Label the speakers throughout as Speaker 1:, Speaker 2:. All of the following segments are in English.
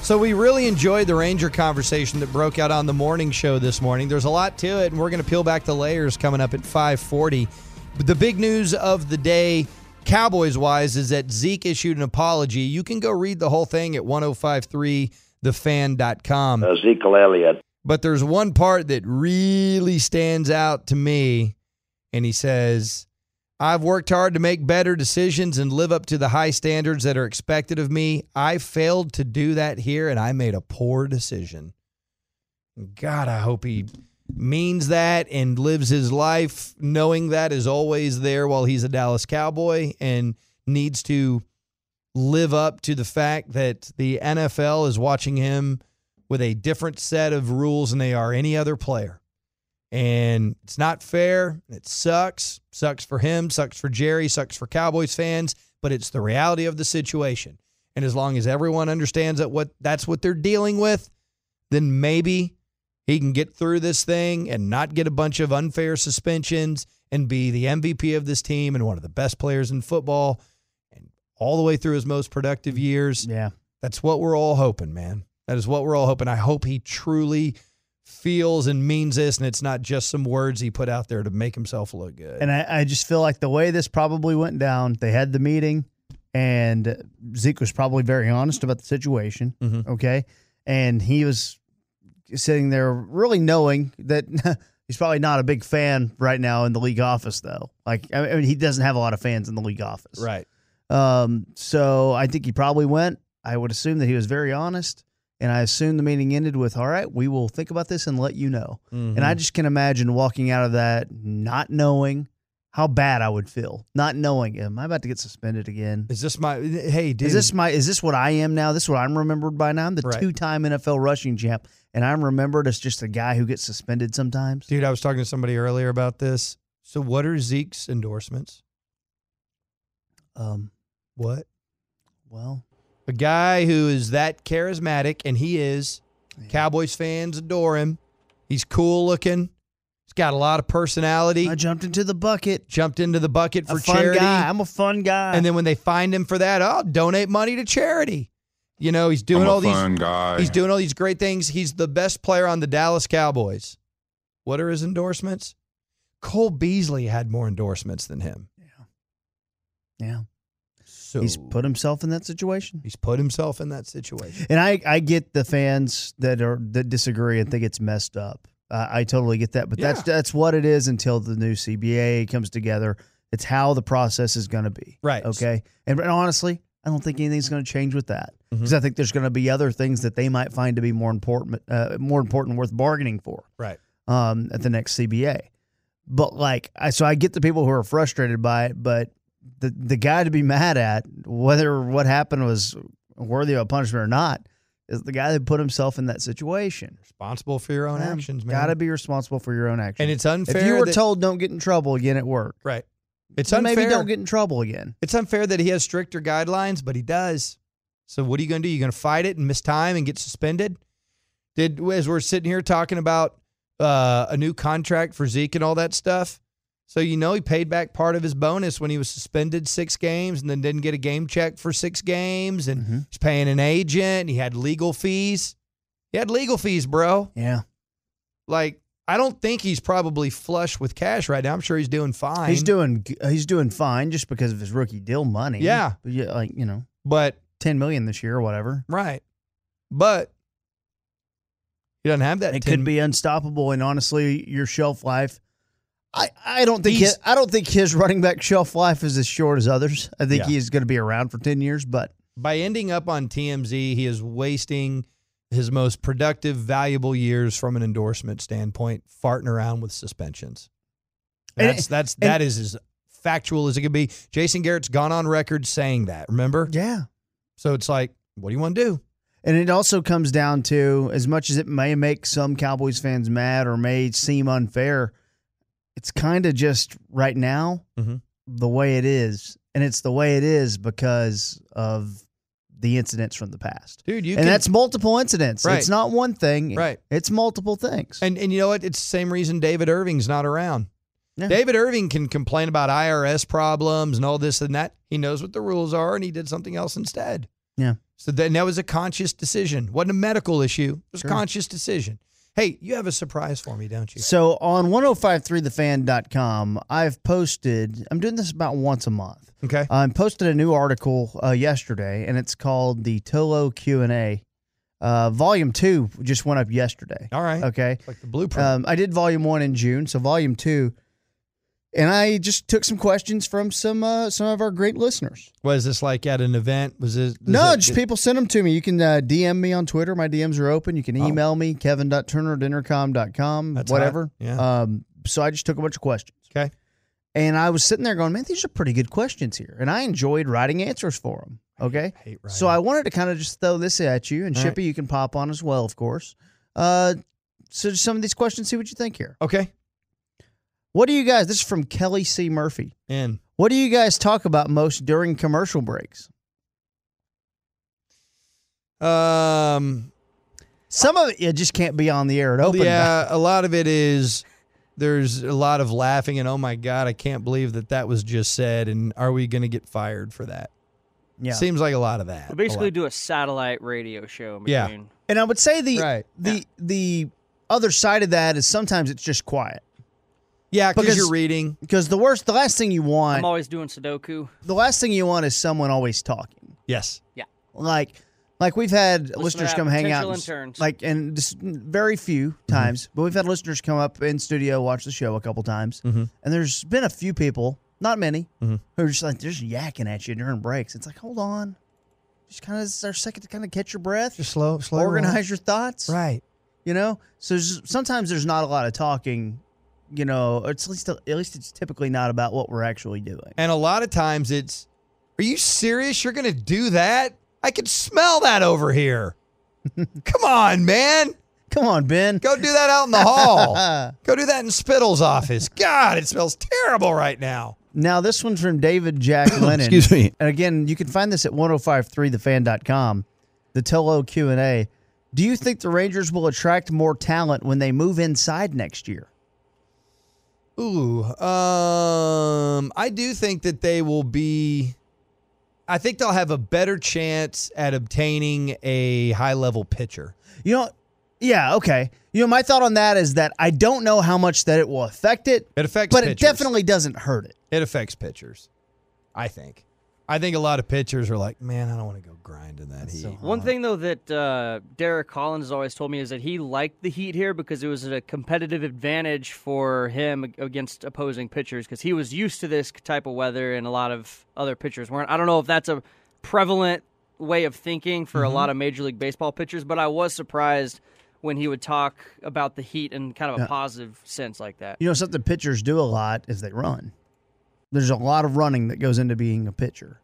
Speaker 1: So we really enjoyed the Ranger conversation that broke out on the morning show this morning. There's a lot to it, and we're going to peel back the layers coming up at 540. But the big news of the day, Cowboys wise, is that Zeke issued an apology. You can go read the whole thing at 1053thefan.com.
Speaker 2: Ezekiel Elliott.
Speaker 1: But there's one part that really stands out to me, and he says, I've worked hard to make better decisions and live up to the high standards that are expected of me. I failed to do that here, and I made a poor decision. God, I hope he means that and lives his life knowing that is always there while he's a Dallas Cowboy and needs to live up to the fact that the NFL is watching him with a different set of rules than they are any other player. And it's not fair. It sucks. Sucks for him, sucks for Jerry, sucks for Cowboys fans, but it's the reality of the situation. And as long as everyone understands that what that's what they're dealing with, then maybe he can get through this thing and not get a bunch of unfair suspensions and be the MVP of this team and one of the best players in football and all the way through his most productive years.
Speaker 3: Yeah.
Speaker 1: That's what we're all hoping, man. That is what we're all hoping. I hope he truly feels and means this, and it's not just some words he put out there to make himself look good.
Speaker 3: And I, I just feel like the way this probably went down, they had the meeting, and Zeke was probably very honest about the situation.
Speaker 1: Mhm.
Speaker 3: Okay. And he was sitting there really knowing that he's probably not a big fan right now in the league office, though. Like, I mean, he doesn't have a lot of fans in the league office.
Speaker 1: Right.
Speaker 3: Um, so I think he probably went. I would assume that he was very honest. And I assume the meeting ended with, all right, we will think about this and let you know. And
Speaker 1: Mm-hmm.
Speaker 3: I just can imagine walking out of that not knowing how bad I would feel, not knowing, am I about to get suspended again?
Speaker 1: is this my hey dude?
Speaker 3: Is this my is this what I am now? This is what I'm remembered by now? I'm the
Speaker 1: Right.
Speaker 3: two-time NFL rushing champ, and I'm remembered as just a guy who gets suspended sometimes.
Speaker 1: dude? I was talking to somebody earlier about this. So what are Zeke's endorsements?
Speaker 3: Um,
Speaker 1: What
Speaker 3: well,
Speaker 1: a guy who is that charismatic, and he is. Cowboys fans adore him. He's cool looking. He's got a lot of personality.
Speaker 3: I jumped into the bucket.
Speaker 1: Jumped into the bucket for
Speaker 3: a fun
Speaker 1: charity.
Speaker 3: guy. I'm a fun guy.
Speaker 1: and then when they find him for that, oh, donate money to charity. You know, he's doing
Speaker 4: I'm a
Speaker 1: all these
Speaker 4: fun guy.
Speaker 1: He's doing all these great things. He's the best player on the Dallas Cowboys. What are his endorsements? Cole Beasley had more endorsements than him.
Speaker 3: yeah.
Speaker 1: So
Speaker 3: he's put himself in that situation.
Speaker 1: he's put himself in that situation.
Speaker 3: And I, I get the fans that are that disagree and think it's messed up. Uh, I totally get that, but that's that's what it is until the new CBA comes together. It's how the process is going to be,
Speaker 1: Right.
Speaker 3: Okay, and, and honestly, I don't think anything's going to change with that because I think there's going to be other things that they might find to be more important, uh, more important, worth bargaining for
Speaker 1: Right.
Speaker 3: um, at the next CBA. But like, I so I get the people who are frustrated by it, but the the guy to be mad at, whether what happened was worthy of a punishment or not, is the guy that put himself in that situation.
Speaker 1: Responsible for your own actions, man.
Speaker 3: Gotta be responsible for your own actions.
Speaker 1: And it's unfair.
Speaker 3: if you were
Speaker 1: that-
Speaker 3: told don't get in trouble again at work,
Speaker 1: right, it's
Speaker 3: then
Speaker 1: unfair.
Speaker 3: maybe don't get in trouble again.
Speaker 1: it's unfair that he has stricter guidelines, but he does. So what are you going to do? You're going to fight it and miss time and get suspended? Did as we're sitting here talking about uh, a new contract for Zeke and all that stuff? So you know he paid back part of his bonus when he was suspended six games and then didn't get a game check for six games, and
Speaker 3: Mhm.
Speaker 1: he's paying an agent. He had legal fees. He had legal fees, bro.
Speaker 3: Yeah,
Speaker 1: Like I don't think he's probably flush with cash right now. I'm sure he's doing fine.
Speaker 3: he's doing g- he's doing fine just because of his rookie deal money.
Speaker 1: Yeah.
Speaker 3: But yeah, like you know,
Speaker 1: but
Speaker 3: ten million this year or whatever.
Speaker 1: Right. But he doesn't have that.
Speaker 3: it
Speaker 1: 10
Speaker 3: could be unstoppable and honestly your shelf life I, I don't think
Speaker 1: He's-
Speaker 3: his, I don't think his running back shelf life is as short as others. I think
Speaker 1: Yeah.
Speaker 3: he is going to be around for 10 years but
Speaker 1: By ending up on TMZ, he is wasting his most productive, valuable years from an endorsement standpoint, farting around with suspensions.
Speaker 3: And-
Speaker 1: That's that's that is as factual as it could be. Jason Garrett's gone on record saying that, remember?
Speaker 3: yeah.
Speaker 1: So it's like, what do you want to do?
Speaker 3: And it also comes down to as much as it may make some Cowboys fans mad or may seem unfair, it's kind of just right now
Speaker 1: Mhm.
Speaker 3: the way it is. And it's the way it is because of the incidents from the past.
Speaker 1: Dude, you
Speaker 3: and
Speaker 1: can-
Speaker 3: that's multiple incidents.
Speaker 1: Right.
Speaker 3: It's not one thing.
Speaker 1: Right.
Speaker 3: It's multiple things.
Speaker 1: And and you know what? It's the same reason David Irving's not around.
Speaker 3: Yeah.
Speaker 1: David Irving can complain about IRS problems and all this and that. He knows what the rules are, and he did something else instead.
Speaker 3: Yeah.
Speaker 1: So then that was a conscious decision. wasn't a medical issue. It was a conscious decision. Hey, you have a surprise for me, don't you?
Speaker 3: So on 1053thefan.com, I've posted, I'm doing this about once a month.
Speaker 1: Okay.
Speaker 3: I posted a new article uh, yesterday, and it's called the Tolo Q and A. Uh, volume two just went up yesterday.
Speaker 1: All right.
Speaker 3: Okay,
Speaker 1: Like the blueprint.
Speaker 3: um, I did volume one in June, so volume two, and I just took some questions from some uh, some of our great listeners.
Speaker 1: was this like at an event? Was this? does
Speaker 3: No,
Speaker 1: that-
Speaker 3: just people send them to me. You can uh, DM me on Twitter. My DMs are open. You can
Speaker 1: Oh.
Speaker 3: email me, kevin.turner at intercom.com,
Speaker 1: That's
Speaker 3: whatever.
Speaker 1: hot. Yeah.
Speaker 3: Um, so I just took a bunch of questions.
Speaker 1: Okay.
Speaker 3: And I was sitting there going, man, these are pretty good questions here. And I enjoyed writing answers for them. Okay.
Speaker 1: hate writing.
Speaker 3: so I wanted to kind of just throw this at you. And
Speaker 1: All right.
Speaker 3: Shippy, you can pop on as well, of course. Uh, so just some of these questions, see what you think here.
Speaker 1: Okay.
Speaker 3: What do you guys, this is from Kelly C. Murphy.
Speaker 1: And
Speaker 3: What do you guys talk about most during commercial breaks?
Speaker 1: um,
Speaker 3: Some of it, it just can't be on the air. It opened.
Speaker 1: yeah, a lot of it is there's a lot of laughing and oh my god, I can't believe that that was just said and are we going to get fired for that?
Speaker 3: Yeah.
Speaker 1: Seems like a lot of that.
Speaker 2: We
Speaker 1: A
Speaker 2: basically
Speaker 1: lot.
Speaker 2: do a satellite radio show. In
Speaker 1: Yeah.
Speaker 2: between.
Speaker 3: And I would say the
Speaker 1: Right.
Speaker 3: the the other side of that is sometimes it's just quiet
Speaker 1: Yeah, cuz
Speaker 3: because-
Speaker 1: you're reading.
Speaker 3: because the worst, the last thing you want,
Speaker 2: I'm always doing Sudoku.
Speaker 1: Uh-huh.
Speaker 3: the last thing you want is someone always talking.
Speaker 1: Yes.
Speaker 3: Like like we've had
Speaker 2: to
Speaker 3: listeners
Speaker 2: that,
Speaker 3: come hang out,
Speaker 2: potential
Speaker 3: and s-
Speaker 2: interns. Mm-hmm.
Speaker 3: like and this, very few times, but we've had listeners come up in studio watch the show a couple times,
Speaker 2: Mm-hmm.
Speaker 3: and there's been a few people, not many, who are just like they're just yakking at you during breaks. It's like hold on, just kind of it's our second to kind of catch your breath,
Speaker 1: Just slow slow roll.
Speaker 3: organize your thoughts,
Speaker 1: Right.
Speaker 3: you know so s- sometimes there's not a lot of talking you know it's at least at least it's typically not about what we're actually doing
Speaker 1: And a lot of times it's are you serious you're going to do that? I can smell that over here. Come on, man.
Speaker 3: come on ben
Speaker 1: Go do that out in the hall. Go do that in Spittle's office. God, it smells terrible right now.
Speaker 3: now this one's from david jack lennon
Speaker 5: Excuse me.
Speaker 3: and again you can find this at 1053thefan.com the tolo q&a do you think the rangers will attract more talent when they move inside next year
Speaker 1: Ooh, um, I do think that they will be. I think they'll have a better chance at obtaining a high level pitcher.
Speaker 3: you know yeah okay you know my thought on that is that i don't know how much that it will affect it
Speaker 1: It affects,
Speaker 3: but it
Speaker 1: pitchers.
Speaker 3: definitely doesn't hurt it
Speaker 1: it affects pitchers. I think. I think a lot of pitchers are like, man, I don't want to go grind in that heat.
Speaker 2: One thing though that uh, Derek Collins has always told me is that he liked the heat here because it was a competitive advantage for him ag- against opposing pitchers because he was used to this type of weather and a lot of other pitchers weren't. I don't know if that's a prevalent way of thinking for
Speaker 1: Mm-hmm.
Speaker 2: a lot of Major League Baseball pitchers, but I was surprised when he would talk about the heat in kind of a positive sense like that.
Speaker 3: You know, something pitchers do a lot is they run. There's a lot of running that goes into being a pitcher.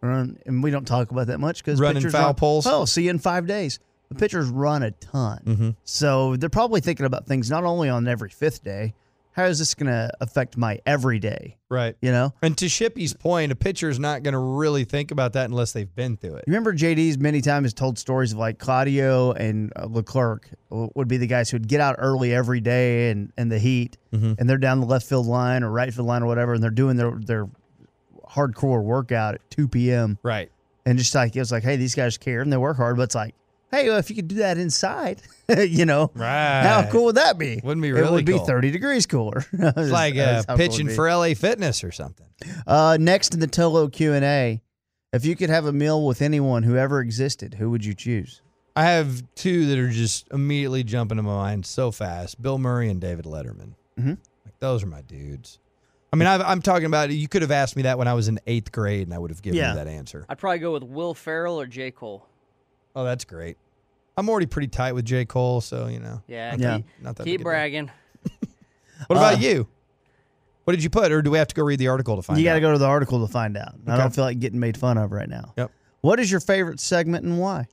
Speaker 3: Run, and we don't talk about that much because
Speaker 1: Running
Speaker 3: pitchers
Speaker 1: foul
Speaker 3: are-
Speaker 1: poles.
Speaker 3: Oh, see you in five days. The pitchers run a ton,
Speaker 1: Mm-hmm.
Speaker 3: so they're probably thinking about things not only on every fifth day. How is this going to affect my everyday?
Speaker 1: Right.
Speaker 3: You know,
Speaker 1: And to Shippy's point, a pitcher's not going to really think about that unless they've been through it.
Speaker 3: you remember JD's many times has told stories of like Claudio and uh, Leclerc would be the guys who would get out early every day and in the heat,
Speaker 1: Mm-hmm.
Speaker 3: and they're down the left field line or right field line or whatever, and they're doing their their hardcore workout at 2 p.m.
Speaker 1: Right.
Speaker 3: and just like it was like, hey, these guys care and they work hard, but it's like, hey, well, if you could do that inside, you know,
Speaker 1: Right.
Speaker 3: how cool would that be?
Speaker 1: Wouldn't be
Speaker 3: it
Speaker 1: really
Speaker 3: would be
Speaker 1: cool.
Speaker 3: 30 degrees cooler.
Speaker 1: It's like uh, pitching for LA Fitness or something.
Speaker 3: Uh, next in the Tolo Q and A, if you could have a meal with anyone who ever existed, who would you choose?
Speaker 1: I have two that are just immediately jumping to my mind so fast: Bill Murray and David Letterman.
Speaker 3: Mhm.
Speaker 1: Like those are my dudes. I mean, I've, I'm talking about. You could have asked me that when I was in eighth grade, and I would have given
Speaker 3: Yeah.
Speaker 1: you that answer.
Speaker 2: I'd probably go with Will Farrell or J. Cole.
Speaker 1: Oh, that's great. I'm already pretty tight with J. Cole, so you know.
Speaker 2: Yeah,
Speaker 1: not
Speaker 3: Yeah.
Speaker 1: that- not that big a
Speaker 2: keep
Speaker 1: deal.
Speaker 2: bragging.
Speaker 1: What about
Speaker 3: Uh,
Speaker 1: you? What did you put, or do we have to go read the article to find?
Speaker 3: you
Speaker 1: out?
Speaker 3: got to go to the article to find out. I
Speaker 1: Okay.
Speaker 3: don't feel like getting made fun of right now.
Speaker 1: Yep.
Speaker 3: What is your favorite segment and why?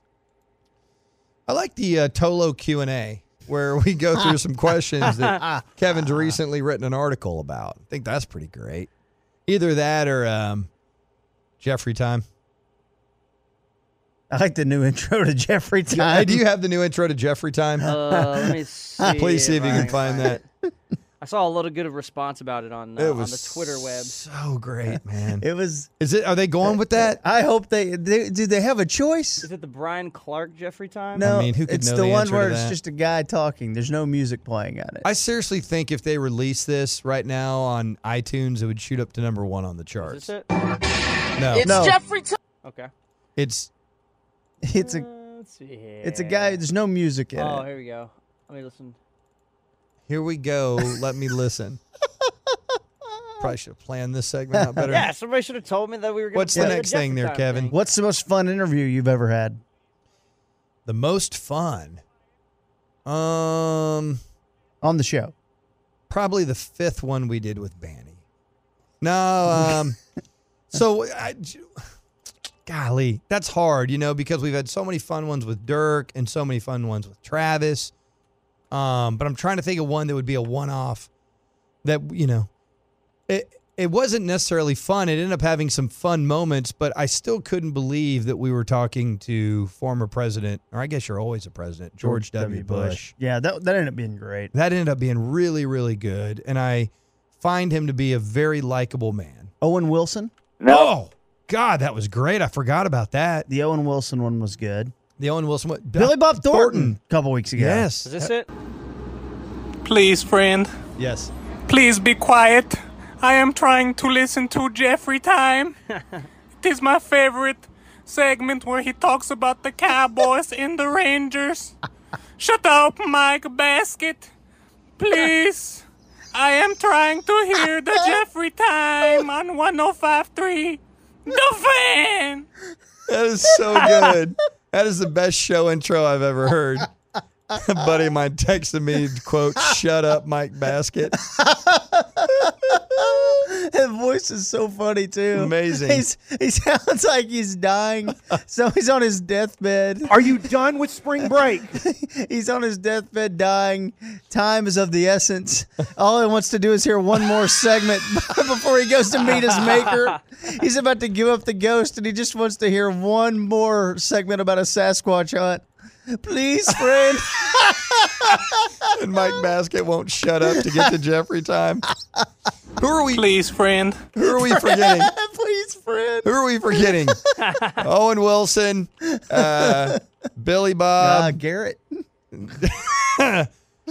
Speaker 1: I like the uh, Tolo Q and A where we go through some questions that Kevin's recently written an article about. I think that's pretty great. Either that or um, Jeffrey time.
Speaker 3: I like the new intro to Jeffrey
Speaker 1: Hey,
Speaker 3: time.
Speaker 1: do you have the new intro to Jeffrey time?
Speaker 2: Uh, let me see.
Speaker 1: Please see if you
Speaker 2: I
Speaker 1: can find that.
Speaker 2: I saw a little good of response about it on uh,
Speaker 1: It
Speaker 2: on
Speaker 1: was
Speaker 2: the Twitter web.
Speaker 1: So great, man.
Speaker 3: it was.
Speaker 1: Is it? Are they going with that?
Speaker 3: I hope they, they do. They have a choice.
Speaker 2: Is it the Brian Clark Jeffrey time?
Speaker 3: No,
Speaker 1: mean, who could
Speaker 3: it's
Speaker 1: know
Speaker 3: the,
Speaker 1: the
Speaker 3: one
Speaker 1: answer to
Speaker 3: where it's
Speaker 1: that?
Speaker 3: just a guy talking. There's no music playing on it.
Speaker 1: I seriously think if they release this right now on iTunes, it would shoot up to number one on the
Speaker 2: Is
Speaker 1: charts.
Speaker 2: this it?
Speaker 1: No,
Speaker 6: It's
Speaker 3: No.
Speaker 6: Jeffrey time.
Speaker 2: Okay.
Speaker 1: it's
Speaker 3: it's a
Speaker 2: Uh, let's see.
Speaker 3: it's a guy. There's no music in
Speaker 2: Oh,
Speaker 3: it.
Speaker 2: here we go. Let me listen.
Speaker 1: here we go. Let me listen. Probably should have planned this segment out better.
Speaker 2: Yeah, somebody should have told me that we were. Gonna
Speaker 1: What's the
Speaker 2: play
Speaker 1: next thing
Speaker 2: Jeffrey
Speaker 1: there,
Speaker 2: time
Speaker 1: Kevin?
Speaker 2: thing.
Speaker 3: What's the most fun interview you've ever had?
Speaker 1: The most fun. Um,
Speaker 3: on the show.
Speaker 1: probably the fifth one we did with Banny. No, um, so I, golly, that's hard, you know, because we've had so many fun ones with Dirk and so many fun ones with Travis. Um, but I'm trying to think of one that would be a one-off that you know, it it wasn't necessarily fun. It ended up having some fun moments, but I still couldn't believe that we were talking to former president, or I guess you're always a president, George, W. Bush.
Speaker 3: Yeah, that that ended up being great.
Speaker 1: That ended up being really, really good. And I find him to be a very likable man.
Speaker 3: Owen Wilson,
Speaker 1: Oh, God, that was great. I forgot about that.
Speaker 3: the Owen Wilson one was good.
Speaker 1: The Owen Wilson. What,
Speaker 3: Billy Bob Thornton, a couple weeks ago.
Speaker 1: Yes.
Speaker 2: Is this it?
Speaker 4: Please, friend,
Speaker 1: Yes.
Speaker 4: please be quiet. I am trying to listen to Jeffrey Time. it is my favorite segment where he talks about the Cowboys and the Rangers. Shut up, Mike Basket. Please. I am trying to hear the Jeffrey Time on 105.3. The Fan.
Speaker 1: That is so good. that is the best show intro I've ever heard. A buddy of mine texted me, quote, shut up, Mike Basket.
Speaker 3: His voice is so funny too.
Speaker 1: Amazing.
Speaker 3: He's, he sounds like he's dying. so he's on his deathbed.
Speaker 7: Are you done with spring break?
Speaker 3: He's on his deathbed, dying. Time is of the essence. All he wants to do is hear one more segment before he goes to meet his maker. He's about to give up the ghost, and he just wants to hear one more segment about a Sasquatch hunt. Please, friend.
Speaker 1: And Mike Basket won't shut up to get to Jeffrey time. Who are we
Speaker 4: Please, friend.
Speaker 1: who are we forgetting?
Speaker 3: Please, friend.
Speaker 1: Who are we forgetting? Owen Wilson, uh, Billy
Speaker 3: Uh,
Speaker 1: Bob,
Speaker 3: Garrett.
Speaker 1: President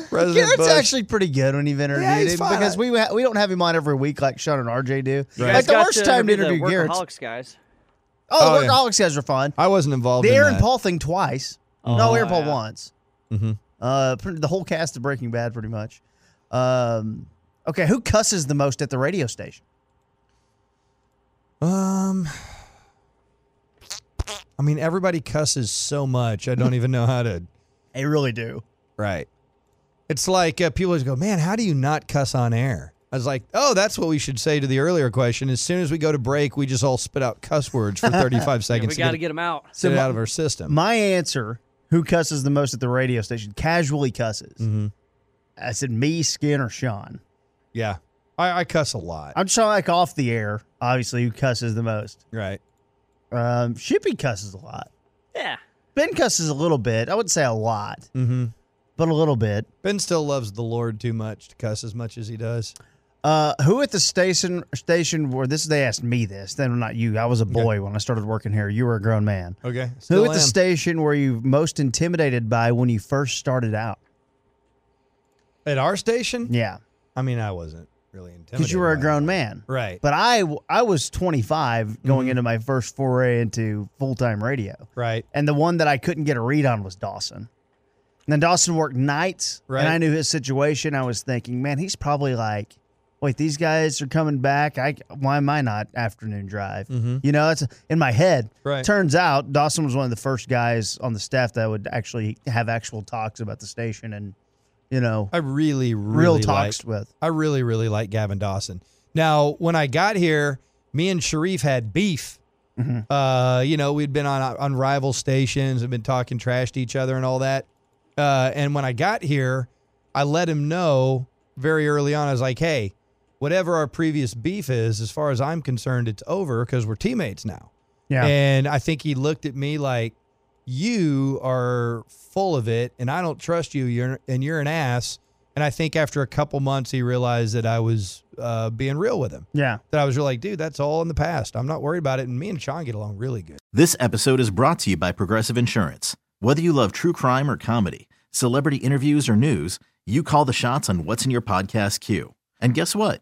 Speaker 3: Garrett's
Speaker 1: Bush.
Speaker 3: actually pretty good when you've interviewed
Speaker 1: Yeah, he's
Speaker 3: him
Speaker 1: fine.
Speaker 3: because we ha- we don't have him on every week like Sean and RJ do.
Speaker 1: Right.
Speaker 3: Like the
Speaker 2: Got
Speaker 3: worst time to
Speaker 2: the
Speaker 3: interview Garrett. Oh,
Speaker 2: Workaholics guys.
Speaker 1: Oh,
Speaker 3: the
Speaker 1: yeah.
Speaker 3: workaholics guys are fun.
Speaker 1: I wasn't involved.
Speaker 3: The
Speaker 1: in
Speaker 3: Aaron
Speaker 1: that.
Speaker 3: Paul thing twice. no,
Speaker 2: Oh,
Speaker 3: Aaron Paul
Speaker 2: yeah. Mm-hmm.
Speaker 3: once.
Speaker 1: Mhm.
Speaker 3: Uh, pr- the whole cast of Breaking Bad, pretty much. Um, okay, who cusses the most at the radio station?
Speaker 1: Um, I mean, everybody cusses so much. I don't even know how to.
Speaker 3: They really do.
Speaker 1: Right. It's like uh, people always go, "Man, how do you not cuss on air?" I was like, "Oh, that's what we should say to the earlier question." As soon as we go to break, we just all spit out cuss words for 35
Speaker 2: Yeah, we
Speaker 1: seconds
Speaker 2: got
Speaker 1: to
Speaker 2: to
Speaker 1: get,
Speaker 2: get them out.
Speaker 1: it- get it
Speaker 3: my-
Speaker 1: out of our system.
Speaker 3: My answer: Who cusses the most at the radio station? Casually cusses.
Speaker 2: Mm-hmm.
Speaker 1: Mhm.
Speaker 3: I said me, Skin, or Sean.
Speaker 1: yeah, I, I cuss a lot.
Speaker 3: I'm just talking like off the air. Obviously, who cusses the most?
Speaker 1: right.
Speaker 3: Um, Shippy cusses a lot.
Speaker 2: Yeah.
Speaker 3: Ben cusses a little bit. I wouldn't say a lot,
Speaker 1: Mm-hmm.
Speaker 3: but a little bit.
Speaker 1: Ben still loves the Lord too much to cuss as much as he does.
Speaker 3: Uh, who at the station station where this they asked me this? Then not you. I was a boy when I started working here. You were a grown man.
Speaker 1: Okay.
Speaker 3: who at the station were you most intimidated by when you first started out?
Speaker 1: at our station?
Speaker 3: Yeah,
Speaker 1: I mean, I wasn't really intimidated.
Speaker 3: because you were a
Speaker 1: by
Speaker 3: grown man.
Speaker 1: it. Right. Mm-hmm.
Speaker 3: But I I was 25 going into my first foray into full time radio,
Speaker 1: right.
Speaker 3: and the one that I couldn't get a read on was Dawson. And then Dawson worked nights,
Speaker 1: Right.
Speaker 3: and I knew his situation. I was thinking, man, he's probably like, wait, these guys are coming back. I why am I not afternoon drive? You know, it's in my head.
Speaker 1: Mm-hmm. Right.
Speaker 3: Turns out Dawson was one of the first guys on the staff that would actually have actual talks about the station and you know
Speaker 1: I really, really
Speaker 3: real
Speaker 1: liked-
Speaker 3: talks with.
Speaker 1: I really, really like Gavin Dawson. Now, when I got here, me and Sharif had beef
Speaker 3: Mm-hmm.
Speaker 1: Uh, you know, we'd been on on rival stations, had been talking trash to each other and all that. Uh, and when I got here, I let him know very early on. I was like, "Hey, whatever our previous beef is, as far as I'm concerned, it's over because we're teammates now."
Speaker 3: Yeah.
Speaker 1: And I think he looked at me like, "You are full of it, and I don't trust you. You're and you're an ass." And I think after a couple months, he realized that I was uh, being real with him.
Speaker 3: yeah.
Speaker 1: That I was really like, "Dude, that's all in the past. I'm not worried about it." And me and Sean get along really good.
Speaker 8: This episode is brought to you by Progressive Insurance. Whether you love true crime or comedy, celebrity interviews or news, you call the shots on what's in your podcast queue. And guess what?